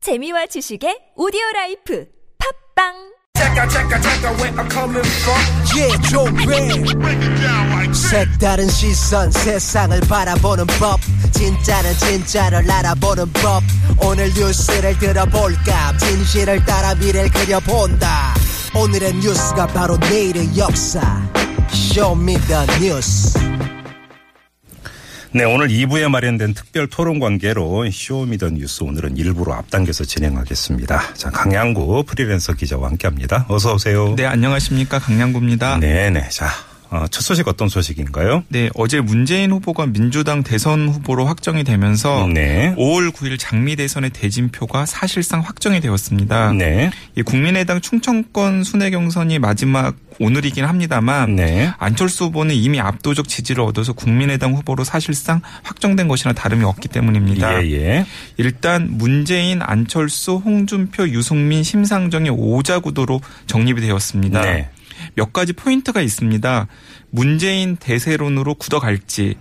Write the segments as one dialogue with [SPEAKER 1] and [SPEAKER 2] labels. [SPEAKER 1] 재미와 지식의 오디오 라이프 팝빵
[SPEAKER 2] Check out, check out, check out where I'm coming from.
[SPEAKER 3] Yeah, 조뱅 색다른 시선 세상을 바라보는 법 진짜는 진짜를 알아보는 법 오늘 뉴스를 들어볼까 진실을 따라 미래를 그려본다 오늘의 뉴스가 바로 내일의 역사 Show me the news
[SPEAKER 4] 네, 오늘 2부에 마련된 특별 토론 관계로 쇼미더 뉴스 오늘은 일부로 앞당겨서 진행하겠습니다. 자, 강양구 프리랜서 기자와 함께 합니다. 어서 오세요.
[SPEAKER 5] 네, 안녕하십니까. 강양구입니다. 네.
[SPEAKER 4] 네, 네. 자, 어, 첫 소식 어떤 소식인가요?
[SPEAKER 5] 어제 문재인 후보가 민주당 대선 후보로 확정이 되면서
[SPEAKER 4] 네.
[SPEAKER 5] 5월 9일 장미 대선의 대진표가 사실상 확정이 되었습니다.
[SPEAKER 4] 네.
[SPEAKER 5] 이 국민의당 충청권 순회 경선이 마지막 오늘이긴 합니다만
[SPEAKER 4] 네.
[SPEAKER 5] 안철수 후보는 이미 압도적 지지를 얻어서 국민의당 후보로 사실상 확정된 것이나 다름이 없기 때문입니다.
[SPEAKER 4] 예, 예.
[SPEAKER 5] 일단 문재인, 안철수, 홍준표, 유승민, 심상정의 5자 구도로 정립이 되었습니다.
[SPEAKER 4] 네.
[SPEAKER 5] 몇 가지 포인트가 있습니다. 문재인 대세론으로 굳어갈지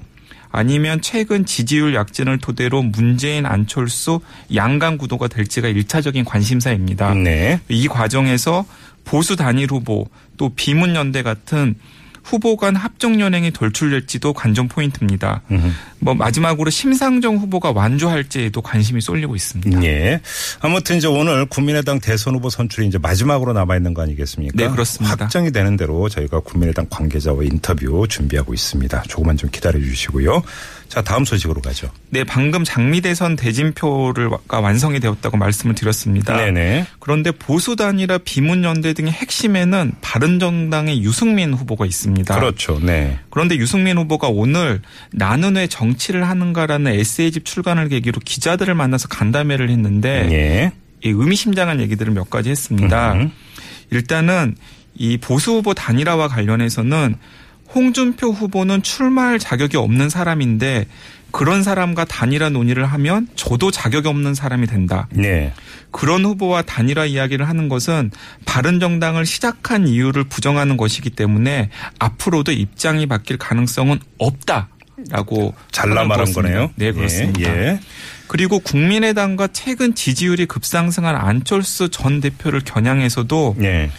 [SPEAKER 5] 아니면 최근 지지율 약진을 토대로 문재인, 안철수 양강 구도가 될지가 1차적인 관심사입니다.
[SPEAKER 4] 네.
[SPEAKER 5] 이 과정에서 보수 단일 후보 또 비문연대 같은 후보 간 합정 연행이 돌출될지도 관전 포인트입니다. 뭐 마지막으로 심상정 후보가 완주할지에도 관심이 쏠리고 있습니다.
[SPEAKER 4] 예. 아무튼 이제 오늘 국민의당 대선 후보 선출이 이제 마지막으로 남아 있는 거 아니겠습니까?
[SPEAKER 5] 네, 그렇습니다.
[SPEAKER 4] 확정이 되는 대로 저희가 국민의당 관계자와 인터뷰 준비하고 있습니다. 조금만 좀 기다려 주시고요. 자, 다음 소식으로 가죠.
[SPEAKER 5] 네, 방금 장미대선 대진표가 완성이 되었다고 말씀을 드렸습니다.
[SPEAKER 4] 네, 네.
[SPEAKER 5] 그런데 보수단이라 비문연대 등의 핵심에는 바른정당의 유승민 후보가 있습니다.
[SPEAKER 4] 그렇죠. 네.
[SPEAKER 5] 그런데 유승민 후보가 오늘 나는 왜 정치를 하는가라는 에세이집 출간을 계기로 기자들을 만나서 간담회를 했는데
[SPEAKER 4] 예.
[SPEAKER 5] 이 의미심장한 얘기들을 몇 가지 했습니다.
[SPEAKER 4] 음.
[SPEAKER 5] 일단은 이 보수 후보 단일화와 관련해서는 홍준표 후보는 출마할 자격이 없는 사람인데 그런 사람과 단일화 논의를 하면 저도 자격이 없는 사람이 된다.
[SPEAKER 4] 네.
[SPEAKER 5] 그런 후보와 단일화 이야기를 하는 것은 바른 정당을 시작한 이유를 부정하는 것이기 때문에 앞으로도 입장이 바뀔 가능성은 없다라고
[SPEAKER 4] 잘라
[SPEAKER 5] 선언을
[SPEAKER 4] 말한
[SPEAKER 5] 들었습니다.
[SPEAKER 4] 거네요.
[SPEAKER 5] 네 그렇습니다.
[SPEAKER 4] 예, 예.
[SPEAKER 5] 그리고 국민의당과 최근 지지율이 급상승한 안철수 전 대표를 겨냥해서도
[SPEAKER 4] 예.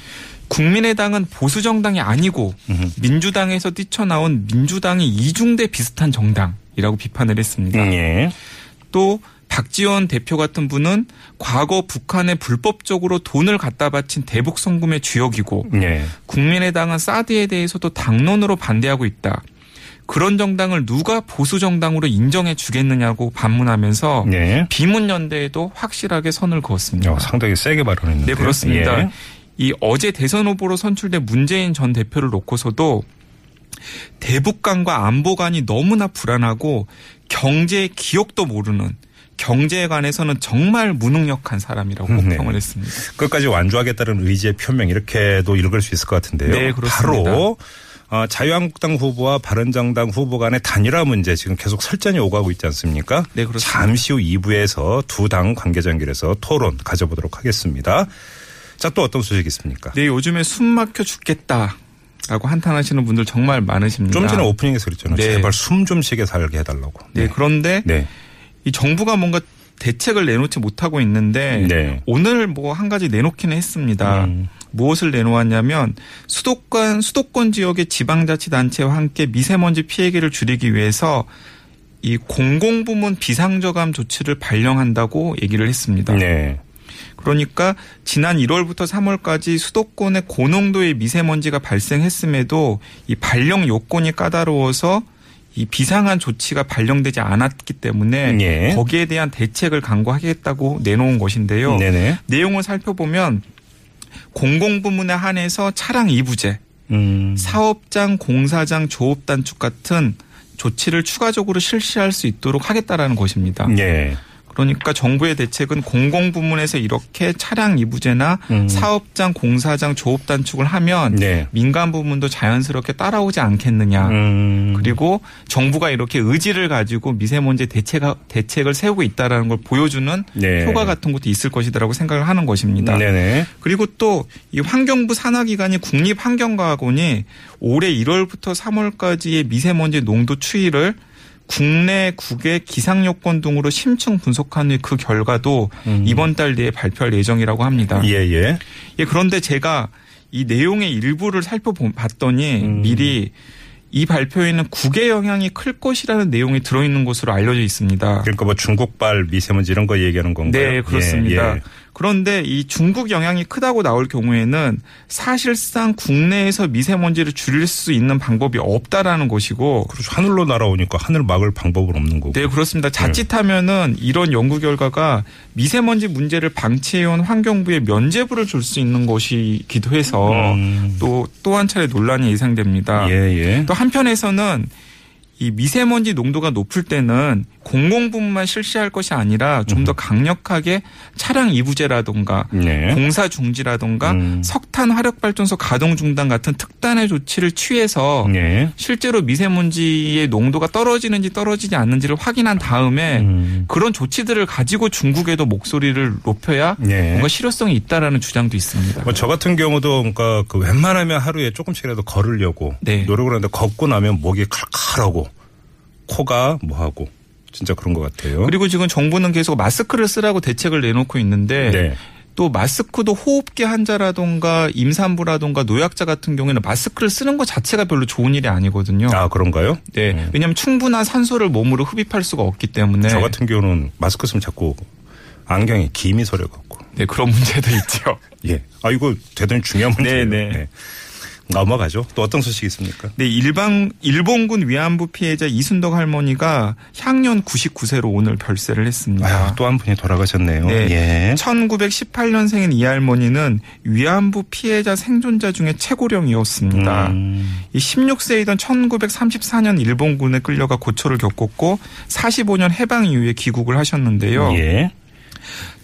[SPEAKER 5] 국민의당은 보수 정당이 아니고 민주당에서 뛰쳐나온 민주당이 이중대 비슷한 정당이라고 비판을 했습니다.
[SPEAKER 4] 예.
[SPEAKER 5] 또 박지원 대표 같은 분은 과거 북한에 불법적으로 돈을 갖다 바친 대북 송금의 주역이고
[SPEAKER 4] 예.
[SPEAKER 5] 국민의당은 사드에 대해서도 당론으로 반대하고 있다. 그런 정당을 누가 보수 정당으로 인정해 주겠느냐고 반문하면서
[SPEAKER 4] 예.
[SPEAKER 5] 비문연대에도 확실하게 선을 그었습니다.
[SPEAKER 4] 어, 상당히 세게 발언했는데.
[SPEAKER 5] 네, 그렇습니다.
[SPEAKER 4] 예.
[SPEAKER 5] 이 어제 대선 후보로 선출된 문재인 전 대표를 놓고서도 대북관과 안보관이 너무나 불안하고 경제의 기억도 모르는 경제에 관해서는 정말 무능력한 사람이라고
[SPEAKER 4] 음, 네.
[SPEAKER 5] 평을 했습니다.
[SPEAKER 4] 끝까지 완주하겠다는 의지의 표명 이렇게도 읽을 수 있을 것 같은데요.
[SPEAKER 5] 네, 그렇습니다.
[SPEAKER 4] 바로 어, 자유한국당 후보와 바른정당 후보 간의 단일화 문제 지금 계속 설전이 오가고 있지 않습니까?
[SPEAKER 5] 네, 그렇습니다.
[SPEAKER 4] 잠시 후 2부에서 두 당 관계자 연결해서 토론 가져보도록 하겠습니다. 자, 또 어떤 소식이 있습니까?
[SPEAKER 5] 네, 요즘에 숨 막혀 죽겠다라고 한탄하시는 분들 정말 많으십니다.
[SPEAKER 4] 좀 전에 오프닝에서 그랬잖아요.
[SPEAKER 5] 네.
[SPEAKER 4] 제발 숨 좀 쉬게 살게 해달라고.
[SPEAKER 5] 네, 그런데
[SPEAKER 4] 네.
[SPEAKER 5] 이 정부가 뭔가 대책을 내놓지 못하고 있는데
[SPEAKER 4] 네.
[SPEAKER 5] 오늘 뭐 한 가지 내놓기는 했습니다.
[SPEAKER 4] 음.
[SPEAKER 5] 무엇을 내놓았냐면 수도권 수도권 지역의 지방자치단체와 함께 미세먼지 피해계를 줄이기 위해서 이 공공부문 비상저감 조치를 발령한다고 얘기를 했습니다.
[SPEAKER 4] 네.
[SPEAKER 5] 그러니까 지난 1월부터 3월까지 수도권에 고농도의 미세먼지가 발생했음에도 이 발령 요건이 까다로워서 이 비상한 조치가 발령되지 않았기 때문에
[SPEAKER 4] 예.
[SPEAKER 5] 거기에 대한 대책을 강구하겠다고 내놓은 것인데요.
[SPEAKER 4] 음. 네네.
[SPEAKER 5] 내용을 살펴보면 공공부문에 한해서 차량 이부제,
[SPEAKER 4] 음.
[SPEAKER 5] 사업장, 공사장, 조업 단축 같은 조치를 추가적으로 실시할 수 있도록 하겠다라는 것입니다.
[SPEAKER 4] 예.
[SPEAKER 5] 그러니까 정부의 대책은 공공 부문에서 이렇게 차량 이부제나
[SPEAKER 4] 음.
[SPEAKER 5] 사업장, 공사장, 조업 단축을 하면
[SPEAKER 4] 네.
[SPEAKER 5] 민간 부문도 자연스럽게 따라오지 않겠느냐.
[SPEAKER 4] 음.
[SPEAKER 5] 그리고 정부가 이렇게 의지를 가지고 미세먼지 대책 대책을 세우고 있다라는 걸 보여주는
[SPEAKER 4] 네.
[SPEAKER 5] 효과 같은 것도 있을 것이다라고 생각을 하는 것입니다.
[SPEAKER 4] 네네.
[SPEAKER 5] 그리고 또 이 환경부 산하기관인 국립환경과학원이 올해 1월부터 3월까지의 미세먼지 농도 추이를 국내 국외 기상 요건 등으로 심층 분석한 후그 결과도 이번 달 내에 발표할 예정이라고 합니다.
[SPEAKER 4] 예, 예.
[SPEAKER 5] 예, 그런데 제가 이 내용의 일부를 살펴봤더니 미리 이 발표에는 국외 영향이 클 것이라는 내용이 들어있는 것으로 알려져 있습니다.
[SPEAKER 4] 그러니까 뭐 중국발 미세먼지 이런 거 얘기하는 건가요?
[SPEAKER 5] 네, 그렇습니다.
[SPEAKER 4] 예, 예.
[SPEAKER 5] 그런데 이 중국 영향이 크다고 나올 경우에는 사실상 국내에서 미세먼지를 줄일 수 있는 방법이 없다라는 것이고
[SPEAKER 4] 그렇죠. 하늘로 날아오니까 하늘 막을 방법은 없는 거고.
[SPEAKER 5] 네, 그렇습니다. 자칫하면은 이런 연구 결과가 미세먼지 문제를 방치해온 환경부에 면죄부를 줄 수 있는 것이기도 해서
[SPEAKER 4] 음.
[SPEAKER 5] 또 또 한 차례 논란이 예상됩니다.
[SPEAKER 4] 예, 예.
[SPEAKER 5] 아. 또 한편에서는 이 미세먼지 농도가 높을 때는 공공부문만 실시할 것이 아니라 좀 더
[SPEAKER 4] 음.
[SPEAKER 5] 강력하게 차량 이부제라든가
[SPEAKER 4] 네.
[SPEAKER 5] 공사 중지라든가
[SPEAKER 4] 음.
[SPEAKER 5] 석탄 화력 발전소 가동 중단 같은 특단의 조치를 취해서
[SPEAKER 4] 예.
[SPEAKER 5] 실제로 미세먼지의 농도가 떨어지는지 떨어지지 않는지를 확인한 다음에
[SPEAKER 4] 음.
[SPEAKER 5] 그런 조치들을 가지고 중국에도 목소리를 높여야
[SPEAKER 4] 예.
[SPEAKER 5] 뭔가 실효성이 있다라는 주장도 있습니다.
[SPEAKER 4] 뭐 저 같은 경우도 그러니까 그 웬만하면 하루에 조금씩이라도 걸으려고
[SPEAKER 5] 네.
[SPEAKER 4] 노력을 하는데 걷고 나면 목이 칼칼하고 코가 뭐하고 진짜 그런 것 같아요.
[SPEAKER 5] 그리고 지금 정부는 계속 마스크를 쓰라고 대책을 내놓고 있는데
[SPEAKER 4] 네.
[SPEAKER 5] 또 마스크도 호흡기 환자라던가 임산부라던가 노약자 같은 경우에는 마스크를 쓰는 것 자체가 별로 좋은 일이 아니거든요.
[SPEAKER 4] 아 그런가요?
[SPEAKER 5] 네. 왜냐하면 충분한 산소를 몸으로 흡입할 수가 없기 때문에
[SPEAKER 4] 저 같은 경우는 마스크 쓰면 자꾸 안경에 김이 서려갖고.
[SPEAKER 5] 네, 그런 문제도 있죠.
[SPEAKER 4] 예. 아 이거 대단히 중요한 문제예요.
[SPEAKER 5] 네, 네.
[SPEAKER 4] 넘어가죠. 또 어떤 소식이 있습니까?
[SPEAKER 5] 네, 일방 일본군 위안부 피해자 이순덕 할머니가 향년 99세로 오늘 별세를 했습니다.
[SPEAKER 4] 아유, 또 한 분이 돌아가셨네요.
[SPEAKER 5] 네.
[SPEAKER 4] 예.
[SPEAKER 5] 1918년생인 이 할머니는 위안부 피해자 생존자 중에 최고령이었습니다.
[SPEAKER 4] 음.
[SPEAKER 5] 이 16세이던 1934년 일본군에 끌려가 고초를 겪었고 45년 해방 이후에 귀국을 하셨는데요.
[SPEAKER 4] 예.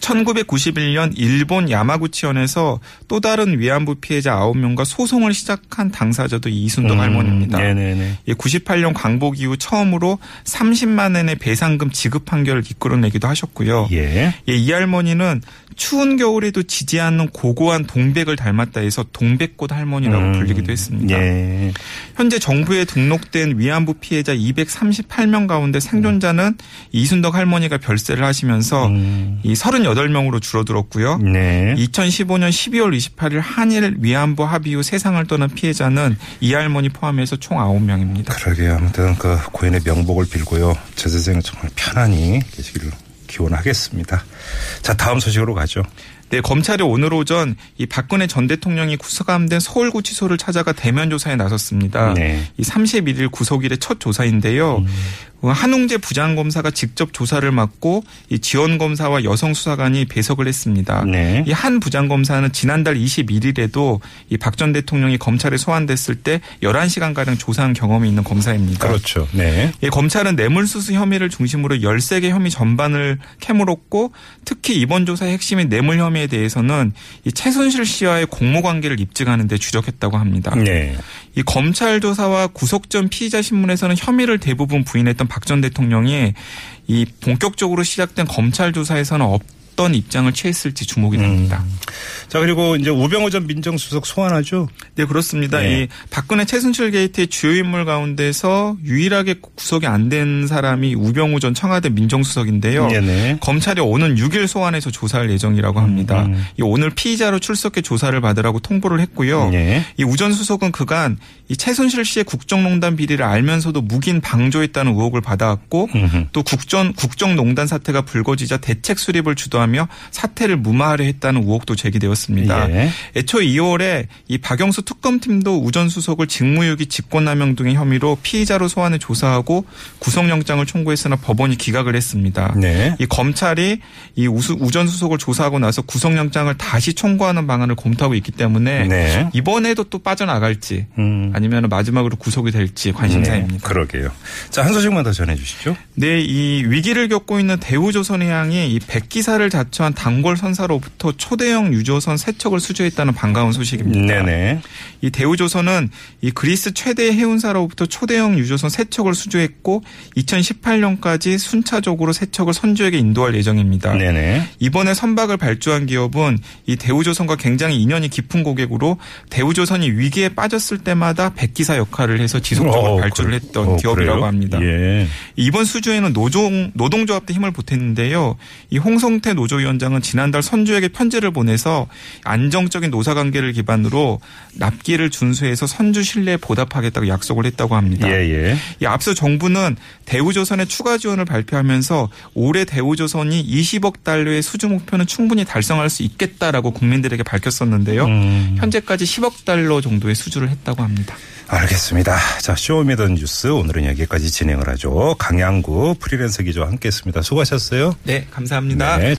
[SPEAKER 5] 1991년 일본 야마구치현에서 또 다른 위안부 피해자 9명과 소송을 시작한 당사자도 이 이순덕
[SPEAKER 4] 음,
[SPEAKER 5] 할머니입니다.
[SPEAKER 4] 네네네.
[SPEAKER 5] 예, 98년 광복 이후 처음으로 30만 엔의 배상금 지급 판결을 이끌어내기도 하셨고요.
[SPEAKER 4] 예.
[SPEAKER 5] 예, 이 할머니는 추운 겨울에도 지지 않는 고고한 동백을 닮았다 해서 동백꽃 할머니라고
[SPEAKER 4] 음,
[SPEAKER 5] 불리기도 했습니다.
[SPEAKER 4] 예.
[SPEAKER 5] 현재 정부에 등록된 위안부 피해자 238명 가운데 생존자는 이순덕 할머니가 별세를 하시면서
[SPEAKER 4] 음.
[SPEAKER 5] 이 38명으로 줄어들었고요.
[SPEAKER 4] 네.
[SPEAKER 5] 2015년 12월 28일 한일 위안부 합의 후 세상을 떠난 피해자는 이 할머니 포함해서 총 9명입니다.
[SPEAKER 4] 그러게요. 아무튼 그 고인의 명복을 빌고요. 제 세상에 정말 편안히 계시기를 기원하겠습니다. 자, 다음 소식으로 가죠.
[SPEAKER 5] 네, 검찰이 오늘 오전 이 박근혜 전 대통령이 구속함된 서울구치소를 찾아가 대면 조사에 나섰습니다.
[SPEAKER 4] 네. 음.
[SPEAKER 5] 이 31일 구속일의 첫 조사인데요. 어, 한웅재 부장검사가 직접 조사를 맡고 이 지원검사와 여성수사관이 배석을 했습니다.
[SPEAKER 4] 네.
[SPEAKER 5] 이 한 부장검사는 지난달 21일에도 이 박 전 대통령이 검찰에 소환됐을 때 11시간가량 조사한 경험이 있는 검사입니다.
[SPEAKER 4] 그렇죠. 네.
[SPEAKER 5] 예, 검찰은 뇌물수수 혐의를 중심으로 13개 혐의 전반을 캐물었고 특히 이번 조사의 핵심인 뇌물 혐의에 대해서는 이 최순실 씨와의 공모관계를 입증하는 데 주력했다고 합니다.
[SPEAKER 4] 네.
[SPEAKER 5] 이 검찰 조사와 구속 전 피의자 신문에서는 혐의를 대부분 부인했던 박 전 대통령이 이 본격적으로 시작된 검찰 조사에서는 어떤 입장을 취했을지 주목이 됩니다.
[SPEAKER 4] 자, 그리고 이제 우병호 전 민정수석 소환하죠.
[SPEAKER 5] 네 그렇습니다.
[SPEAKER 4] 네.
[SPEAKER 5] 이 박근혜 최순실 게이트의 주요 인물 가운데서 유일하게 구속이 안 된 사람이 우병우 전 청와대 민정수석인데요.
[SPEAKER 4] 네네.
[SPEAKER 5] 검찰이 오는 6일 소환해서 조사할 예정이라고 합니다.
[SPEAKER 4] 음.
[SPEAKER 5] 이 오늘 피의자로 출석해 조사를 받으라고 통보를 했고요.
[SPEAKER 4] 네.
[SPEAKER 5] 이 우전 수석은 그간 이 최순실 씨의 국정농단 비리를 알면서도 묵인 방조했다는 의혹을 받아왔고
[SPEAKER 4] 음흠.
[SPEAKER 5] 또 국정 국정농단 사태가 불거지자 대책 수립을 주도하며 사태를 무마하려 했다는 의혹도 제기되었습니다.
[SPEAKER 4] 예.
[SPEAKER 5] 애초 2월에 이 박영수 특검팀도 우전 수석을 직무유기 직권남용 등의 혐의로 피의자로 소환해 조사하고 구속영장을 청구했으나 법원이 기각을 했습니다.
[SPEAKER 4] 네.
[SPEAKER 5] 이 검찰이 이 우수, 우전 수석을 조사하고 나서 구속영장을 다시 청구하는 방안을 검토하고 있기 때문에
[SPEAKER 4] 네.
[SPEAKER 5] 이번에도 또 빠져나갈지
[SPEAKER 4] 음.
[SPEAKER 5] 아니면 마지막으로 구속이 될지
[SPEAKER 4] 네,
[SPEAKER 5] 관심사입니다.
[SPEAKER 4] 그러게요. 자, 한 소식만 더 전해 주시죠.
[SPEAKER 5] 네, 이 위기를 겪고 있는 대우조선해양이 이 백기사를 자처한 단골 선사로부터 초대형 유조선 세척을 수주했다는 반가운 소식입니다.
[SPEAKER 4] 네네.
[SPEAKER 5] 이 대우조선은 이 그리스 최대 해운사로부터 초대형 유조선 세척을 수주했고 2018년까지 순차적으로 세척을 선주에게 인도할 예정입니다.
[SPEAKER 4] 네네.
[SPEAKER 5] 이번에 선박을 발주한 기업은 이 대우조선과 굉장히 인연이 깊은 고객으로 대우조선이 위기에 빠졌을 때마다 백기사 역할을 해서 지속적으로
[SPEAKER 4] 어,
[SPEAKER 5] 발주를
[SPEAKER 4] 그래-
[SPEAKER 5] 했던
[SPEAKER 4] 어,
[SPEAKER 5] 기업이라고
[SPEAKER 4] 그래요?
[SPEAKER 5] 합니다.
[SPEAKER 4] 예.
[SPEAKER 5] 이번 수주에는 노종, 노동조합도 힘을 보탰는데요. 이 홍성태 노조위원장은 지난달 선주에게 편지를 보내서 안정적인 노사관계를 기반으로 납기를 준수해서 선주 신뢰에 보답하겠다고 약속을 했다고 합니다.
[SPEAKER 4] 예, 예.
[SPEAKER 5] 이 앞서 정부는 대우조선의 추가 지원을 발표하면서 올해 대우조선이 20억 달러의 수주 목표는 충분히 달성할 수 있겠다라고 국민들에게 밝혔었는데요. 현재까지 10억 달러 정도의 수주를 했다고 합니다.
[SPEAKER 4] 알겠습니다. 자, 쇼미더뉴스 오늘은 여기까지 진행을 하죠. 강양구 프리랜서 기자와 함께했습니다. 수고하셨어요.
[SPEAKER 5] 네, 감사합니다.
[SPEAKER 4] 네.